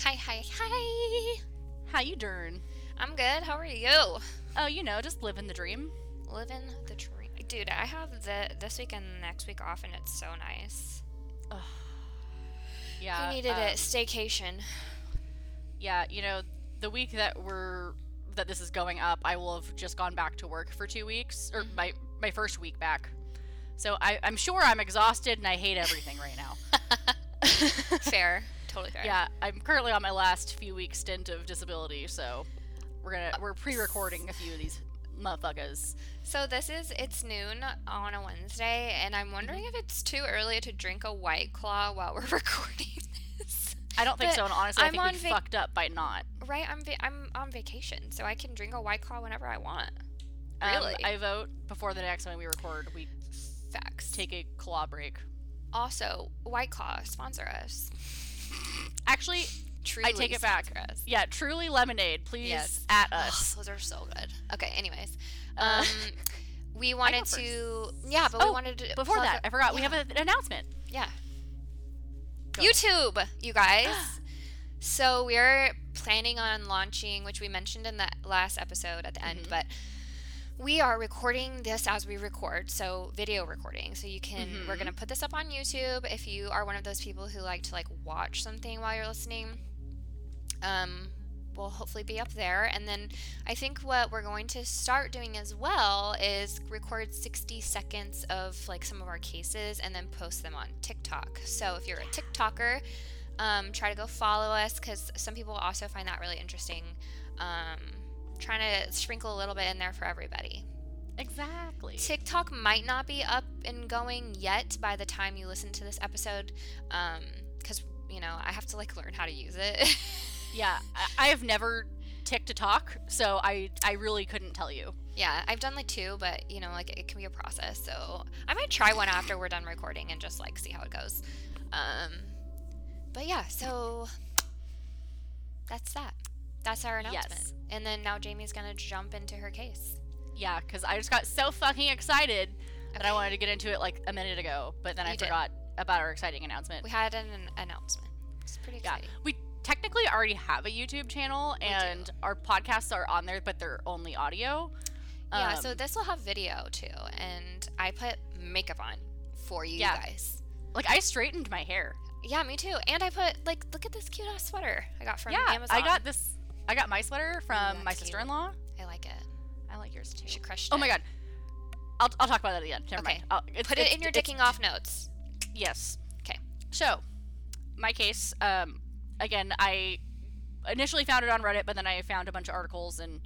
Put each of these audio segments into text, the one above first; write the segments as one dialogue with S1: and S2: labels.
S1: hi, hi.
S2: How you doing?
S1: I'm good. How are you?
S2: Oh, you know, just living the dream.
S1: Living the dream. Dude, I have the this week and next week off, and it's so nice.
S2: Yeah.
S1: we needed
S2: um,
S1: a staycation.
S2: Yeah, you know, the week that we're that this is going up, I will have just gone back to work for two weeks, or
S1: Mm-hmm.
S2: my my first week back. So I, I'm sure I'm exhausted and I hate everything right now.
S1: fair. Totally fair.
S2: Yeah, I'm currently on my last few week stint of disability, so we're gonna
S1: Uh,
S2: we're pre-recording a few of these motherfuckers.
S1: So this is it's noon on a Wednesday, and I'm wondering if it's too early to drink a white claw while we're recording this.
S2: I don't think
S1: But
S2: so, and honestly, i
S1: I'm on
S2: think we
S1: vac-
S2: fucked up by not.
S1: Right? I'm va- I'm on vacation, so I can drink a white claw whenever I want.
S2: Um,
S1: Really?
S2: I vote before the next time we record, we
S1: Facts.
S2: take a claw break.
S1: also, White Claw sponsor us.
S2: Actually,
S1: Truly
S2: take it back.
S1: sponsor Us.
S2: yeah, truly lemonade, please
S1: Yes.
S2: at
S1: Ugh,
S2: us.
S1: those are so good. Okay. Anyways,
S2: Uh,
S1: um, we wanted
S2: first.
S1: to. Yeah, but we
S2: Oh,
S1: wanted to.
S2: Before
S1: plug
S2: that, I forgot we
S1: yeah.
S2: have an announcement.
S1: Yeah.
S2: Go.
S1: YouTube, you guys. so we're planning on launching, which we mentioned in the last episode at the end,
S2: Mhm.
S1: but we are recording this as we record, so video recording. So you can we're
S2: Mhm.
S1: gonna put this up on YouTube if you are one of those people who like to like watch something while you're listening. Um will hopefully be up there and then i think what we're going to start doing as well is record 60 seconds of like some of our cases and then post them on tiktok so if you're a tiktoker um, try to go follow us because some people also find that really interesting um, trying to sprinkle a little bit in there for everybody
S2: Exactly.
S1: tiktok might not be up and going yet by the time you listen to this episode because you know i have to like learn how to use it
S2: Yeah, I, I have never tick to talk, so I I really couldn't tell you.
S1: Yeah, I've done like two, but you know, like it can be a process. So I might try one after we're done recording and just like see how it goes. Um, but yeah, so that's that. That's our announcement.
S2: Yes.
S1: And then now Jamie's gonna jump into her case.
S2: Yeah, because I just got so fucking excited that I
S1: Okay.
S2: wanted to get into it like a minute ago, but then I
S1: You did.
S2: forgot about our exciting announcement.
S1: We had an, an announcement. It's pretty
S2: yeah,
S1: exciting.
S2: we technically already have a YouTube channel, and our podcasts are on there, but they're only audio.
S1: Yeah. so
S2: Um,
S1: this will have video too, and I put makeup on for you
S2: Yeah.
S1: guys.
S2: like I straightened my hair.
S1: Yeah, me too. And I put like, look at this cute ass sweater I got from
S2: yeah,
S1: Amazon.
S2: I got this. I got my sweater from
S1: that's
S2: my
S1: cute.
S2: sister-in-law.
S1: I like it.
S2: I like yours too.
S1: She crushed it.
S2: Oh my god. I'll, I'll talk about that at the end. Never
S1: Okay.
S2: mind. I'll, it's,
S1: Put it
S2: it's-
S1: in your
S2: it's-
S1: dicking off notes.
S2: Yes.
S1: 'Kay.
S2: So, my case. Um, again, I initially found it on Reddit, but then I found a bunch of articles and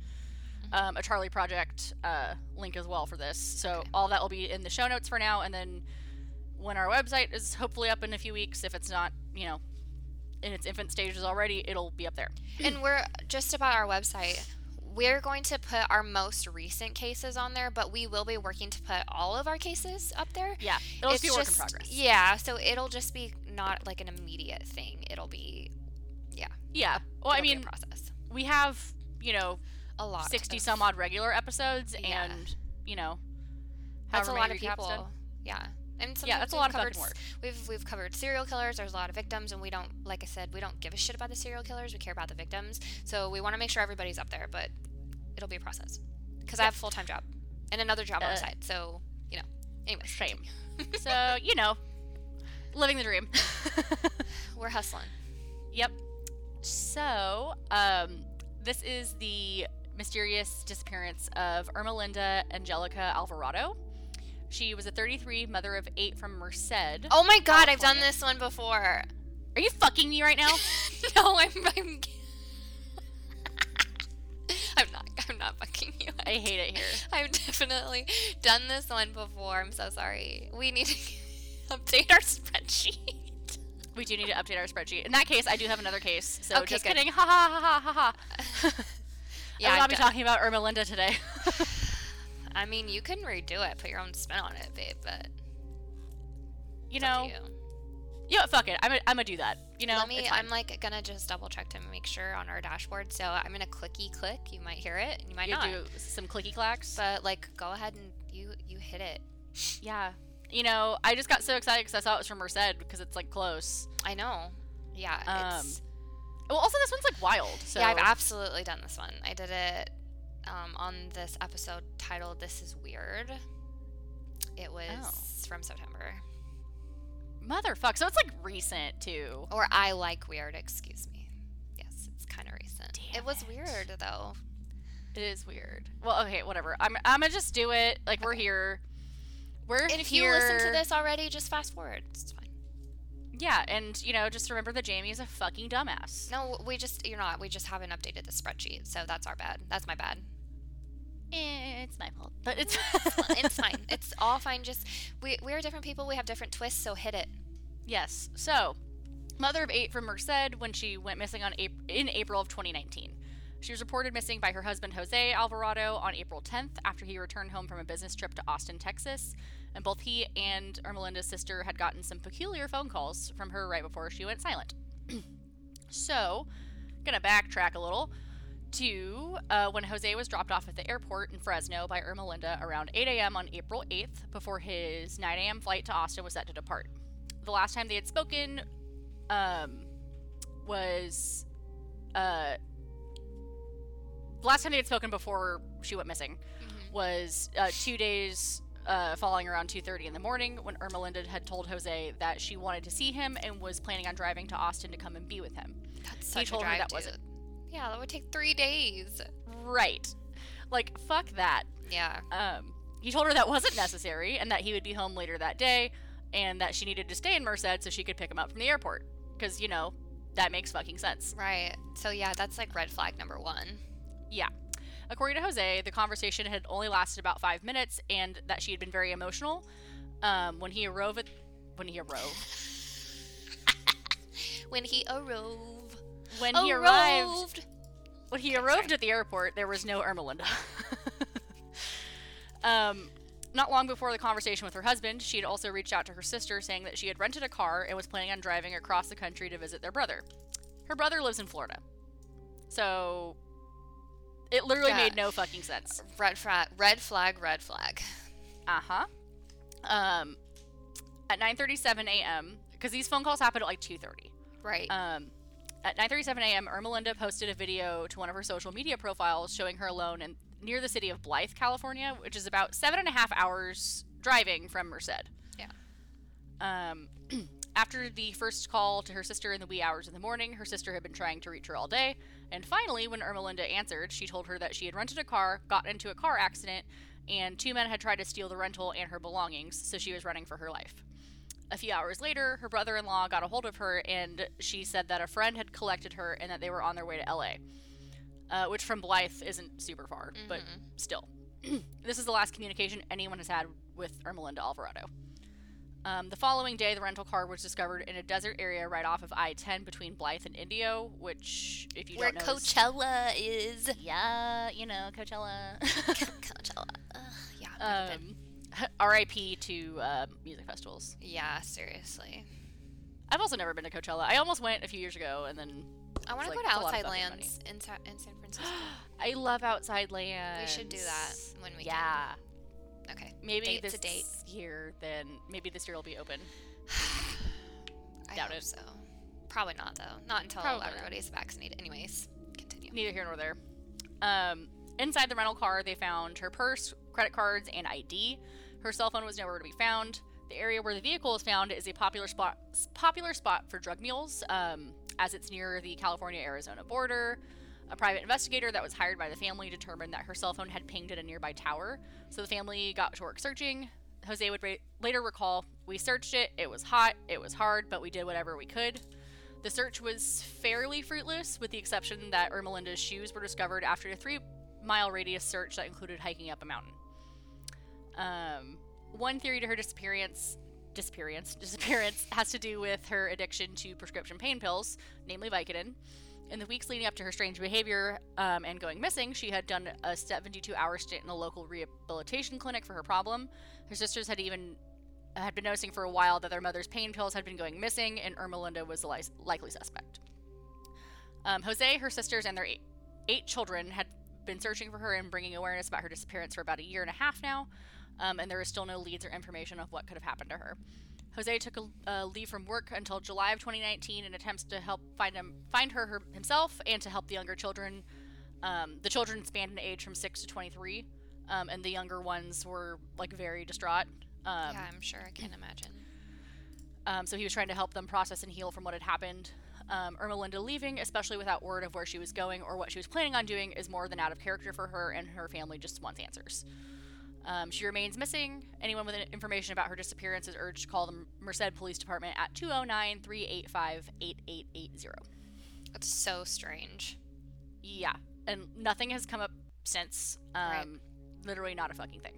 S1: Mm-hmm.
S2: um, a Charlie Project uh, link as well for this. So
S1: Okay.
S2: all that will be in the show notes for now, and then when our website is hopefully up in a few weeks, if it's not, you know, in its infant stages already, it'll be up there.
S1: and we're just about our website. We're going to put our most recent cases on there, but we will be working to put all of our cases up there.
S2: Yeah, it'll just
S1: It's
S2: be a work in
S1: just-
S2: progress.
S1: Yeah, so it'll just be not like an immediate thing. It'll be, yeah.
S2: yeah. Well, I
S1: it'll be a
S2: mean,
S1: process.
S2: we have you know
S1: A lot.
S2: 60
S1: of-
S2: some odd regular episodes
S1: Yeah.
S2: and you know
S1: That's
S2: however
S1: a
S2: many
S1: lot of
S2: recaps done.
S1: people. Yeah. And
S2: yeah
S1: sometimes
S2: that's a
S1: we've
S2: lot of
S1: covered
S2: fucking
S1: s-
S2: work
S1: We've we've covered serial killers. There's a lot of victims, and we don't, like I said, we don't give a shit about the serial killers. We care about the victims, so we want to make sure everybody's up there. But it'll be a process because I have a full time job and another job on
S2: Uh,
S1: the side. So you know, anyways,
S2: shame so you know living the dream
S1: we're hustling.
S2: yep so um this is the mysterious disappearance of Irma Linda Angelica Alvarado she was a 33 mother of 8 from Merced
S1: Oh my god, I've done
S2: California.
S1: this one before.
S2: are you fucking me right now
S1: no, I'm I'm. I'm not. I'm not fucking you.
S2: I hate it here
S1: I've definitely done this one before. I'm so sorry. We need to update our spreadsheet.
S2: we do need to update our spreadsheet in that case I do have another case so
S1: Okay,
S2: just
S1: good.
S2: kidding ha ha ha ha ha I will
S1: I've
S2: not be
S1: done-
S2: talking about Irma Linda today.
S1: I mean, you can redo it, put your own spin on it, babe. But
S2: you
S1: it's up
S2: know,
S1: to
S2: you.
S1: you.
S2: know what, fuck it. I'm gonna I'm gonna do that. You know,
S1: let me.
S2: it's fine.
S1: I'm like gonna just double check to make sure on our dashboard. So I'm gonna clicky click. You might hear it, and you might
S2: You
S1: not.
S2: do some clicky clacks.
S1: But like, go ahead and you you hit it.
S2: yeah, you know, I just got so excited because I saw it was from Merced because it's like close.
S1: I know. Yeah.
S2: Um,
S1: it's,
S2: Well, also this one's like wild. So
S1: Yeah, I've absolutely done this one. I did it um, on this episode titled "This Is Weird." It was from September,
S2: motherfuck. So it's like recent too.
S1: or "I Like Weird." Excuse me. Yes, it's kind of recent.
S2: Damn
S1: it was
S2: it.
S1: weird though.
S2: It is weird. Well, okay, whatever. I'm I'm gonna just do it. Like we're here. We're
S1: And
S2: here.
S1: if you listen to this already, just fast forward. It's fine.
S2: yeah, and you know, just remember that Jamie is a fucking dumbass.
S1: No, we just you're not. We just haven't updated the spreadsheet, so that's our bad. That's my bad.
S2: It's my fault, but it's
S1: it's fine. It's all fine. Just we we're different people. We have different twists, so hit it.
S2: Yes. So, mother of eight from Merced when she went missing on April, in April of 2019. She was reported missing by her husband Jose Alvarado on April 10th after he returned home from a business trip to Austin, Texas, and both he and Ermelinda's sister had gotten some peculiar phone calls from her right before she went silent. so, gonna backtrack a little to uh, when Jose was dropped off at the airport in Fresno by Ermelinda around 8 a.m. on April 8th before his 9 a.m. flight to Austin was set to depart the last time they had spoken um, was uh, the last time they had spoken before she went missing was uh, two days uh, following around 2.30 in the morning when ermelinda had told jose that she wanted to see him and was planning on driving to austin to come and be with him
S1: That's such
S2: told
S1: a
S2: me
S1: drive,
S2: that
S1: dude.
S2: wasn't-
S1: Yeah, that would take three days.
S2: right like fuck that
S1: Yeah.
S2: Um, he told her that wasn't necessary and that he would be home later that day and that she needed to stay in Merced so she could pick him up from the airport. Because, you know, that makes fucking sense.
S1: Right. So yeah, that's like red flag number one.
S2: According to Jose, the conversation had only lasted about five minutes and that she had been very emotional. Um, when he arrived at. When he arrived.
S1: When he arove.
S2: When he arrived.
S1: Aroved.
S2: When he
S1: Okay,
S2: arrived
S1: sorry.
S2: at the airport, there was no Ermelinda. um, not long before the conversation with her husband, she had also reached out to her sister saying that she had rented a car and was planning on driving across the country to visit their brother. Her brother lives in Florida. So it literally
S1: Yeah.
S2: made no fucking sense.
S1: Red flag. Red flag. Red flag.
S2: Uh-huh. Um at 9:37 a.m. because these phone calls happened at like 2:30.
S1: Right.
S2: Um, at 9:37 a.m., Ermelinda posted a video to one of her social media profiles showing her alone and near the city of Blythe, California, which is about seven and a half hours driving from Merced.
S1: Yeah.
S2: Um, after the first call to her sister in the wee hours of the morning, her sister had been trying to reach her all day, and finally, when Ermelinda answered, she told her that she had rented a car, gotten into a car accident, and two men had tried to steal the rental and her belongings, so she was running for her life. A few hours later, her brother in law got a hold of her and she said that a friend had collected her and that they were on their way to LA, uh, which from Blythe isn't super far, but
S1: Mhm.
S2: still. this is the last communication anyone has had with Ermelinda Alvarado. Um, the following day, the rental car was discovered in a desert area right off of I 10 between Blythe and Indio, which, if you
S1: Where
S2: don't know. is-
S1: Coachella is.
S2: Yeah, you know, Coachella.
S1: Coachella. Ugh, yeah. I've been-
S2: um, RIP to uh, music festivals.
S1: yeah. Seriously.
S2: I've also never been to Coachella. I almost went a few years ago, and then
S1: I want to
S2: like,
S1: go to
S2: it's a lot of
S1: Outside
S2: fucking money.
S1: Lands in, Sa- in San Francisco.
S2: I love Outside Land.
S1: we should do that when we
S2: Um, yeah,
S1: can. Okay.
S2: maybe
S1: Date's
S2: this
S1: a date.
S2: year. Then maybe this year will be open.
S1: I
S2: Doubt
S1: hope
S2: it.
S1: so. Probably not though. Not until
S2: Probably not.
S1: everybody's vaccinated. Anyways, continue.
S2: Neither here nor there. Um, inside the rental car, they found her purse, credit cards, and ID. Her cell phone was nowhere to be found. The area where the vehicle was found is a popular spot popular spot for drug mules, um, as it's near the California Arizona border. A private investigator that was hired by the family determined that her cell phone had pinged at a nearby tower, so the family got to work searching. Jose would ra- later recall, "We searched it. It was hot. It was hard, but we did whatever we could." The search was fairly fruitless, with the exception that Ermelinda's shoes were discovered after a three mile radius search that included hiking up a mountain. Um, one theory to her disappearance disappearance disappearance has to do with her addiction to prescription pain pills, namely Vicodin. In the weeks leading up to her strange behavior um, and going missing, she had done a 72 hour stint in a local rehabilitation clinic for her problem. Her sisters had even uh, had been noticing for a while that their mother's pain pills had been going missing, and Ermelinda was the li- likely suspect. Um, Jose, her sisters, and their eight, eight children had been searching for her and bringing awareness about her disappearance for about a year and a half now, um, and there is still no leads or information of what could have happened to her. Jose took a, a leave from work until July of 2019 in attempts to help find him, find her, her himself, and to help the younger children. Um, the children spanned in age from six to 23, um, and the younger ones were like very distraught. Um,
S1: yeah, I'm sure. I can imagine.
S2: um, so he was trying to help them process and heal from what had happened. Um, Irma Linda leaving, especially without word of where she was going or what she was planning on doing, is more than out of character for her, and her family just wants answers. Um, she remains missing. Anyone with information about her disappearance is urged to call the Merced Police Department at 209 385 8880.
S1: That's so strange.
S2: Yeah, and nothing has come up since. Um,
S1: Right.
S2: Literally, not a fucking thing.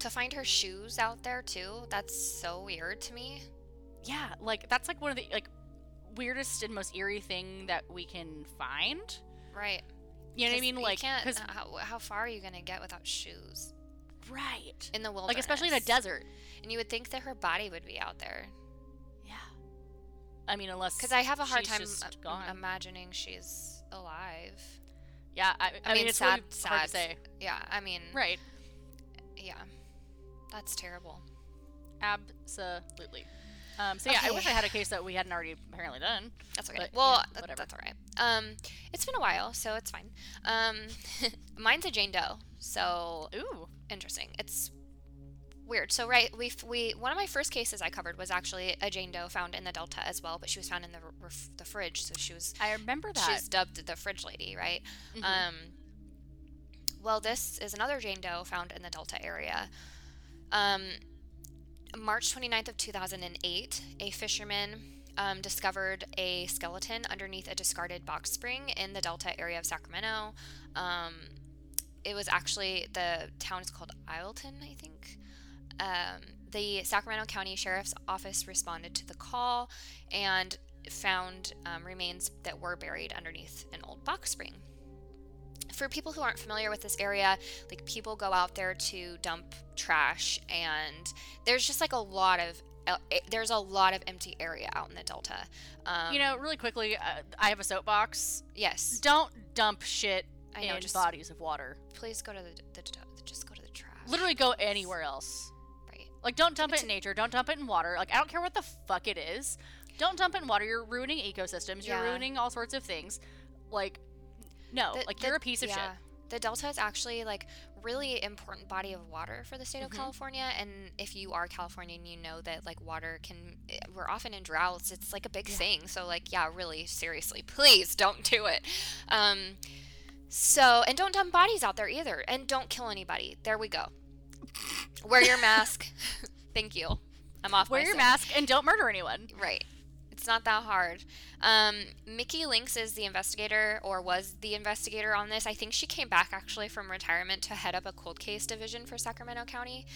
S1: To find her shoes out there too, that's so weird to me.
S2: yeah like that's like one of the like weirdest and most eerie thing that we can find
S1: Right.
S2: you know what i
S1: 'Cause
S2: mean like
S1: you can't.
S2: 'cause-
S1: How, how far are you gonna get without shoes
S2: right
S1: in the wilderness?
S2: like especially in a desert
S1: And you would think that her body would be out there,
S2: yeah i mean unless
S1: because I have a hard
S2: she's
S1: time
S2: just
S1: im-
S2: gone.
S1: imagining she's alive.
S2: yeah i, I, mean,
S1: mean,
S2: it's
S1: sad-
S2: really hard to
S1: sad-
S2: say Mm.
S1: Yeah, I mean,
S2: right
S1: yeah, that's terrible.
S2: absolutely um, so yeah i wish i
S1: Okay.
S2: had a case that we hadn't already apparently done
S1: That's okay.
S2: But,
S1: well,
S2: yeah,
S1: that-
S2: whatever.
S1: that's all right. Um, it's been a while, so it's fine. Um, mine's a Jane Doe, so
S2: ooh
S1: interesting. It's weird. So right, we f- we one of my first cases I covered was actually a Jane Doe found in the Delta as well, but she was found in the r- ref- the fridge, so she was
S2: i remember that
S1: she's dubbed the fridge lady, right?
S2: Mhm.
S1: Um, well, this is another Jane Doe found in the Delta area. Um, March 29th of 2008, a fisherman um, discovered a skeleton underneath a discarded box spring in the Delta area of Sacramento. Um, it was actually the town is called Isleton, I think. Um, the Sacramento County Sheriff's Office responded to the call and found um, remains that were buried underneath an old box spring. For people who aren't familiar with this area, like people go out there to dump trash, and there's just like a lot of uh, it- there's a lot of empty area out in the delta. Um,
S2: you know really quickly uh, i have a soapbox
S1: yes,
S2: don't dump shit
S1: I know.
S2: in
S1: Just
S2: bodies of water
S1: please go to the, the, the just go to the trash.
S2: literally go anywhere else
S1: right.
S2: Like, don't dump
S1: It's-
S2: it in nature. Don't dump it in water. Like, I don't care what the fuck it is. Don't dump it in water. You're ruining ecosystems. You're
S1: Yeah.
S2: ruining all sorts of things. Like, no.
S1: The-
S2: like,
S1: the-
S2: you're a piece of
S1: yeah. The Delta is actually like really important body of water for the state of
S2: Mhm.
S1: California, and if you are Californian, you know that like water can. eh, We're often in droughts. It's like a big
S2: Yeah.
S1: thing. So like, yeah, really seriously, please don't do it. Um, so and don't dump bodies out there either, and don't kill anybody. There we go. Wear your mask. Thank you. I'm off.
S2: shit. Wear
S1: my
S2: your
S1: soap.
S2: mask and don't murder anyone.
S1: Right. It's not that hard. Um, Mickey Lynx is the investigator, or was the investigator on this. I think she came back actually from retirement to head up a cold case division for Sacramento County.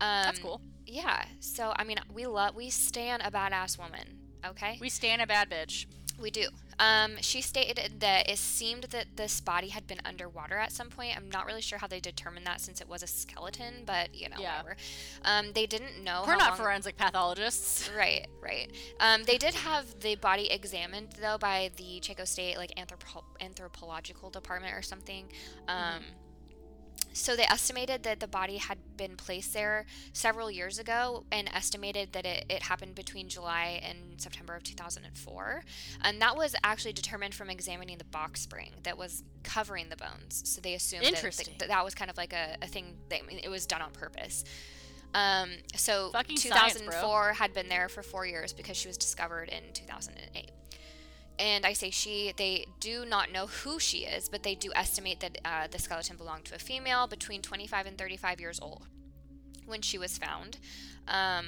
S1: Um,
S2: That's cool.
S1: Yeah. So I mean, we love, we stand a badass woman. Okay.
S2: We stand a bad bitch.
S1: We do. Um, she stated that it seemed that this body had been underwater at some point. I'm not really sure how they determined that since it was a skeleton, but you know,
S2: Yeah.
S1: whatever. Um, they didn't know.
S2: We're
S1: how
S2: not
S1: long-
S2: forensic pathologists.
S1: Right, right. Um, they did have the body examined though by the Chico State like anthropo- anthropological department or something. Um, So they estimated that the body had been placed there several years ago, and estimated that it, it happened between July and September of 2004, and that was actually determined from examining the box spring that was covering the bones. So they assumed that,
S2: Interesting.
S1: that, that was kind of like a, a thing. That, I mean, it was done on purpose. Um, so
S2: Fucking science, bro.
S1: 2004 had been there for four years because she was discovered in 2008. And I say she, they do not know who she is, but they do estimate that uh, the skeleton belonged to a female between 25 and 35 years old when she was found. Um,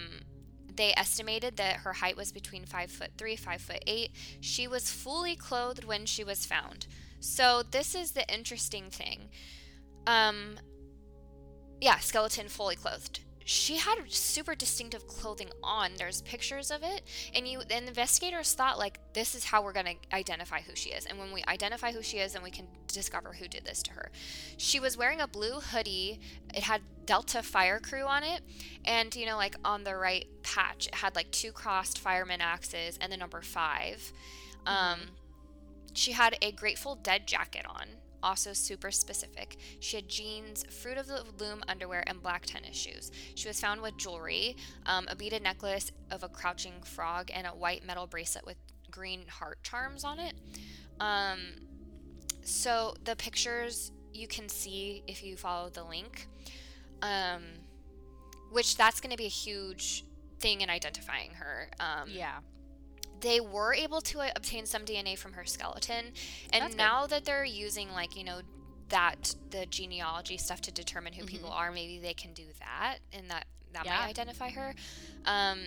S1: they estimated that her height was between five foot three, five foot eight. She was fully clothed when she was found. So this is the interesting thing. Um, yeah, skeleton fully clothed. She had super distinctive clothing on. There's pictures of it, and you and investigators thought like this is how we're gonna identify who she is. And when we identify who she is, then we can discover who did this to her. She was wearing a blue hoodie. It had Delta Fire Crew on it, and you know like on the right patch, it had like two crossed fireman axes and the number five. Um, she had a Grateful Dead jacket on also super specific. She had jeans, fruit of the loom underwear, and black tennis shoes. She was found with jewelry, um, a beaded necklace of a crouching frog, and a white metal bracelet with green heart charms on it. Um, so the pictures you can see if you follow the link, um, which that's going to be a huge thing in identifying her. Um,
S2: Yeah.
S1: they were able to uh, obtain some DNA from her skeleton, and
S2: That's good.
S1: now that they're using like you know that the genealogy stuff to determine who people are, maybe they can do that, and that that
S2: Mm-hmm. Yeah.
S1: might identify her. Um,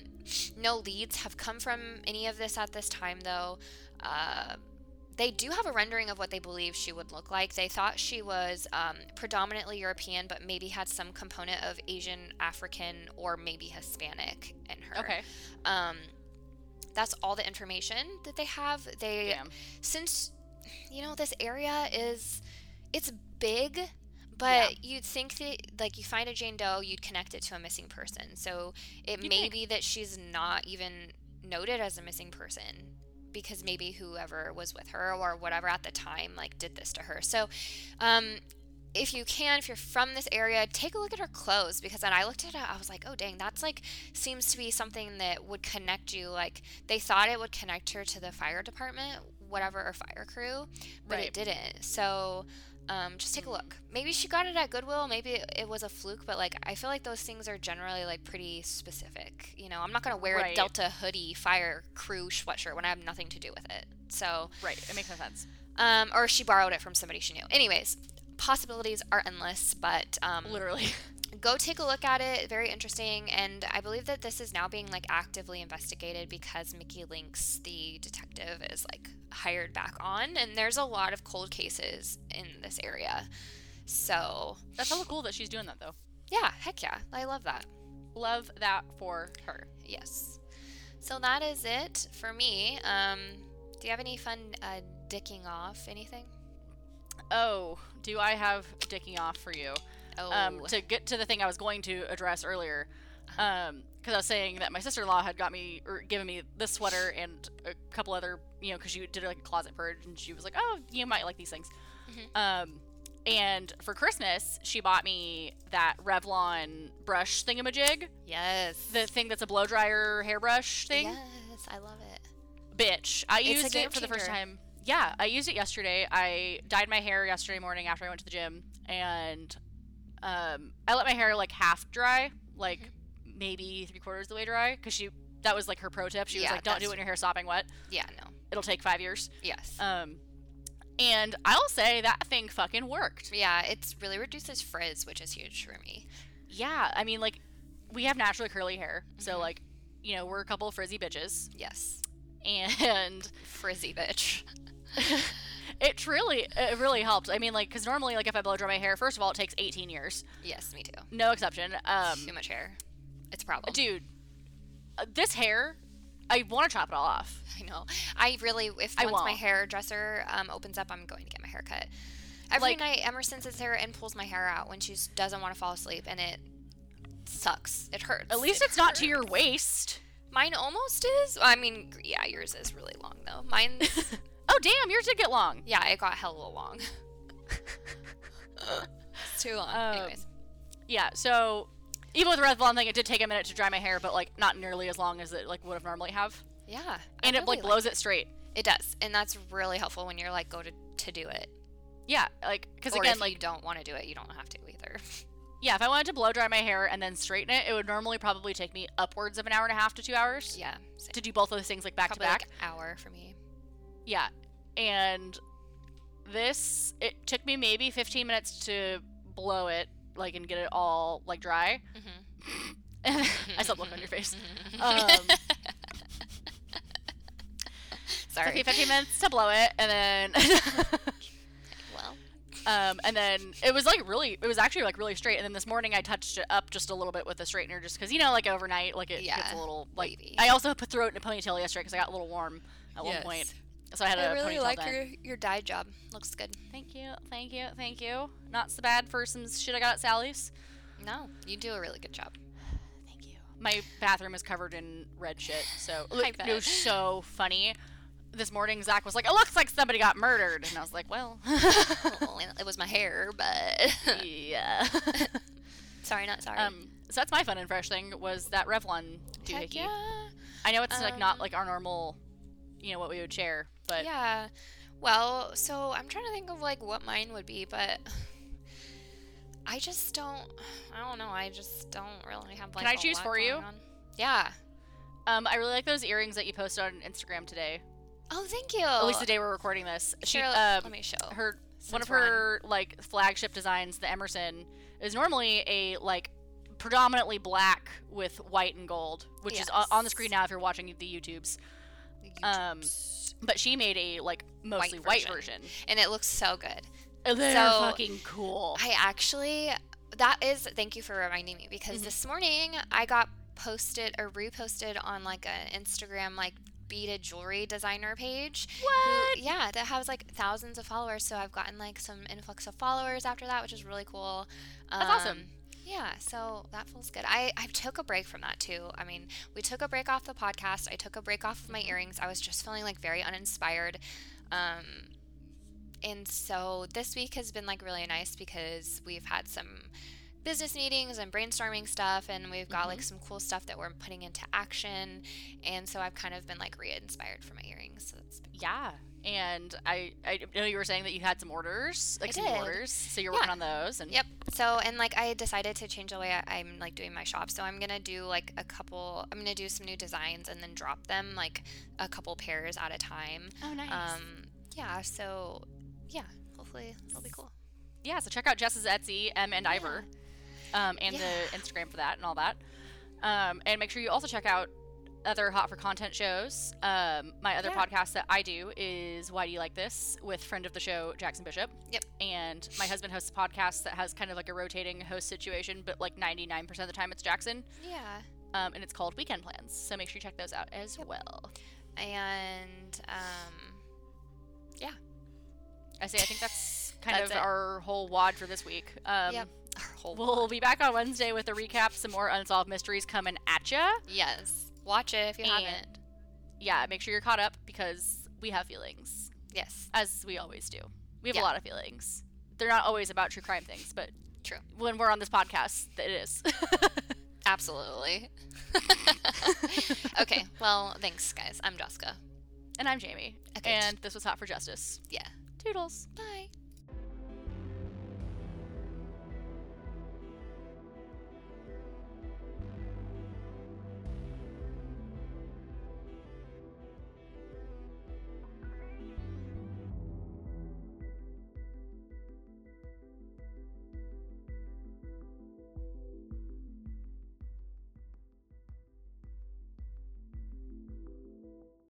S1: no leads have come from any of this at this time, though. Uh, they do have a rendering of what they believe she would look like. They thought she was um, predominantly European, but maybe had some component of Asian, African, or maybe Hispanic in her.
S2: Okay.
S1: Um, that's all the information that they have. They
S2: Damn.
S1: since you know this area is it's big,
S2: Yeah.
S1: but you'd think that like you find a Jane Doe, you'd connect it to a missing person. So it
S2: You'd
S1: may
S2: think.
S1: be that she's not even noted as a missing person because maybe whoever was with her or whatever at the time like did this to her. So um if you can, if you're from this area, take a look at her clothes because then I looked at it, I was like, oh dang, that's like seems to be something that would connect you. Like they thought it would connect her to the fire department, whatever, or fire crew, but
S2: Right.
S1: it didn't. So um, just take a look. Maybe she got it at Goodwill. Maybe it, it was a fluke, but like I feel like those things are generally like pretty specific. You know, I'm not gonna wear
S2: Right.
S1: a Delta hoodie, fire crew sweatshirt when I have nothing to do with it. So
S2: Right. It makes no sense.
S1: um, or she borrowed it from somebody she knew. Anyways, possibilities are endless, but um,
S2: Literally.
S1: go take a look at it. Very interesting, and I believe that this is now being like actively investigated because Mickey Lynx, the detective, is like hired back on, and there's a lot of cold cases in this area. So
S2: That's hella cool that she's doing that though.
S1: yeah, heck yeah, I love that.
S2: Love that for her.
S1: Yes. So that is it for me. Um, do you have any fun uh, dicking off anything?
S2: Oh, do I have dicking off for you?
S1: Oh, Uh-huh.
S2: um, to get to the thing I was going to address earlier, because I was saying that my sister-in-law had got me or given me this sweater and a couple other, you know, because she did like a closet purge and she was like, "Oh, you might like these things."
S1: Mhm.
S2: Um, and for Christmas, she bought me that Revlon brush thingamajig,
S1: yes.
S2: the thing that's a blow dryer hairbrush thing.
S1: Yes, I love it.
S2: Bitch, I
S1: It's a
S2: used
S1: game
S2: it for the first
S1: changer.
S2: time. Yeah, I used it yesterday. I dyed my hair yesterday morning after I went to the gym, and um, I let my hair like half dry, like
S1: Mm-hmm.
S2: maybe three quarters of the way dry, because she that was like her pro tip. She was
S1: Yeah,
S2: like, "Don't do
S1: that's-
S2: it when your hair's sopping wet.
S1: Yeah, no.
S2: It'll take five years."
S1: Yes.
S2: Um, and I'll say that thing fucking worked.
S1: yeah, it's really reduces frizz, which is huge for me.
S2: Yeah, I mean, like we have naturally curly hair, so
S1: Mhm.
S2: like you know we're a couple of frizzy bitches,
S1: Yes.
S2: and
S1: Frizzy bitch.
S2: It really, it really helped. I mean, like, because normally, like, if I blow dry my hair, first of all, it takes 18 years,
S1: Yes, me too.
S2: no exception. Um,
S1: Too much hair. It's a problem.
S2: dude, uh, this hair, I want to chop it all off.
S1: I know. I really, if
S2: I
S1: once my
S2: won't.
S1: hairdresser um, opens up, I'm going to get my hair cut. Every
S2: Like-
S1: night, Emerson sits there and pulls my hair out when she s- doesn't want to fall asleep, and it sucks. It hurts.
S2: At least
S1: It
S2: it's not to
S1: hurts.
S2: your waist.
S1: Mine almost is. I mean, gr- yeah, yours is really long though. Mine,
S2: Oh, damn, yours did get long.
S1: yeah, it got hella long. it's too long.
S2: Um,
S1: Anyways.
S2: Yeah, so even with the Revlon thing, it did take a minute to dry my hair, but like not nearly as long as it like would have normally have.
S1: Yeah. I
S2: And it
S1: really
S2: like blows it straight.
S1: It does, and that's really helpful when you're like go to to do it.
S2: Yeah, like because
S1: Or
S2: again,
S1: if
S2: like
S1: you don't want to do it, you don't have to either.
S2: yeah, if I wanted to blow dry my hair and then straighten it, it would normally probably take me upwards of an hour and a half to two hours
S1: yeah, same.
S2: to do both of those things like back
S1: probably
S2: to back.
S1: like hour for me.
S2: Yeah. And this it took me maybe 15 minutes to blow it like and get it all like dry.
S1: Mm-hmm.
S2: I saw the look on your face. Um, took
S1: Sorry.
S2: me 15 minutes to blow it and then
S1: Well,
S2: um and then it was like really it was actually like really straight and then this morning I touched it up just a little bit with a straightener just cuz you know like overnight like it gets
S1: Yeah,
S2: a little like
S1: wavy.
S2: I also put threw it in a ponytail yesterday cuz I got a little warm at one point. So I had a
S1: I really
S2: ponytail
S1: like
S2: done.
S1: your your dye job. Looks good.
S2: Thank you. Thank you. Thank you. Not so bad for some shit I got at Sally's.
S1: No, you do a really good job.
S2: Thank you. My bathroom is covered in red shit, so
S1: I
S2: it was
S1: bet.
S2: so funny. this morning Zach was like, "It looks like somebody got murdered," and I was like, "Well,
S1: Well, it was my hair, but
S2: yeah."
S1: sorry, not sorry.
S2: um, so that's my fun and fresh thing was that Revlon
S1: Heck
S2: doohickey.
S1: yeah.
S2: I know it's like not
S1: Um,
S2: like our normal, you know, what we would share, but
S1: Yeah. Well, so I'm trying to think of like what mine would be, but I just don't. I don't know. I just don't really have like.
S2: I
S1: a
S2: choose
S1: lot
S2: for
S1: going
S2: you?
S1: on. Yeah.
S2: um, I really like those earrings that you posted on Instagram today.
S1: Oh, thank you.
S2: At least the day we're recording this. She,
S1: Sure,
S2: um,
S1: let me show.
S2: her one
S1: since
S2: of
S1: we're on-
S2: her like flagship designs, the Emerson, is normally a like predominantly black with white and gold, which is o- on the
S1: Yes.
S2: screen now if you're watching the YouTubes. Um,
S1: YouTubes.
S2: But she made a like mostly white
S1: White
S2: version.
S1: version. and it looks so good.
S2: They're
S1: So-
S2: fucking cool.
S1: I actually, that is, thank you for reminding me because
S2: Mhm.
S1: this morning I got posted or reposted on like an Instagram like beaded jewelry designer page.
S2: what?
S1: Who, yeah, that has like thousands of followers. So I've gotten like some influx of followers after that, which is really cool. Um,
S2: That's awesome.
S1: Yeah, so that feels good. I, I took a break from that too. I mean, we took a break off the podcast. I took a break off of
S2: Mm-hmm.
S1: my earrings. I was just feeling like very uninspired. Um, and so this week has been like really nice because we've had some business meetings and brainstorming stuff and we've got
S2: Mm-hmm.
S1: like some cool stuff that we're putting into action and so i've kind of been like re-inspired for my earrings so that's been
S2: Yeah. And I, I know you were saying that you had some orders, like
S1: I
S2: some
S1: did.
S2: orders, so you're
S1: Yeah.
S2: working on those. And
S1: Yep. So and like I decided to change the way I- I'm like doing my shop. So I'm gonna do like a couple. I'm gonna do some new designs and then drop them like a couple pairs at a time.
S2: oh, nice.
S1: Um. Yeah. So yeah. Hopefully it'll be cool.
S2: yeah, so check out Jess's Etsy um, and Ivor, um, and the Instagram for that and all that. Um, and make sure you also check out other hot for content shows. Um, my other
S1: Yeah.
S2: podcast that I do is Why Do You Like This with friend of the show Jackson Bishop.
S1: Yep.
S2: And my husband hosts a podcast that has kind of like a rotating host situation, but like 99% of the time it's Jackson,
S1: Yeah.
S2: um, and it's called Weekend Plans. So make sure you check those out as well.
S1: And um.
S2: I say I think that's kind
S1: That's
S2: of
S1: it.
S2: our whole wad for this week. Um,
S1: yep. Our whole
S2: We'll be back on Wednesday with a recap, some more unsolved mysteries coming at ya.
S1: yes. Watch it if you haven't.
S2: And- Yeah, make sure you're caught up because we have feelings,
S1: Yes.
S2: as we always do. We have
S1: Yeah.
S2: a lot of feelings. They're not always about true crime things, but
S1: True.
S2: when we're on this podcast, it is.
S1: Absolutely. okay. Well, thanks, guys. I'm Jessica.
S2: and I'm Jamie.
S1: Okay.
S2: And this was Hot for Justice.
S1: Yeah.
S2: Toodles.
S1: Bye.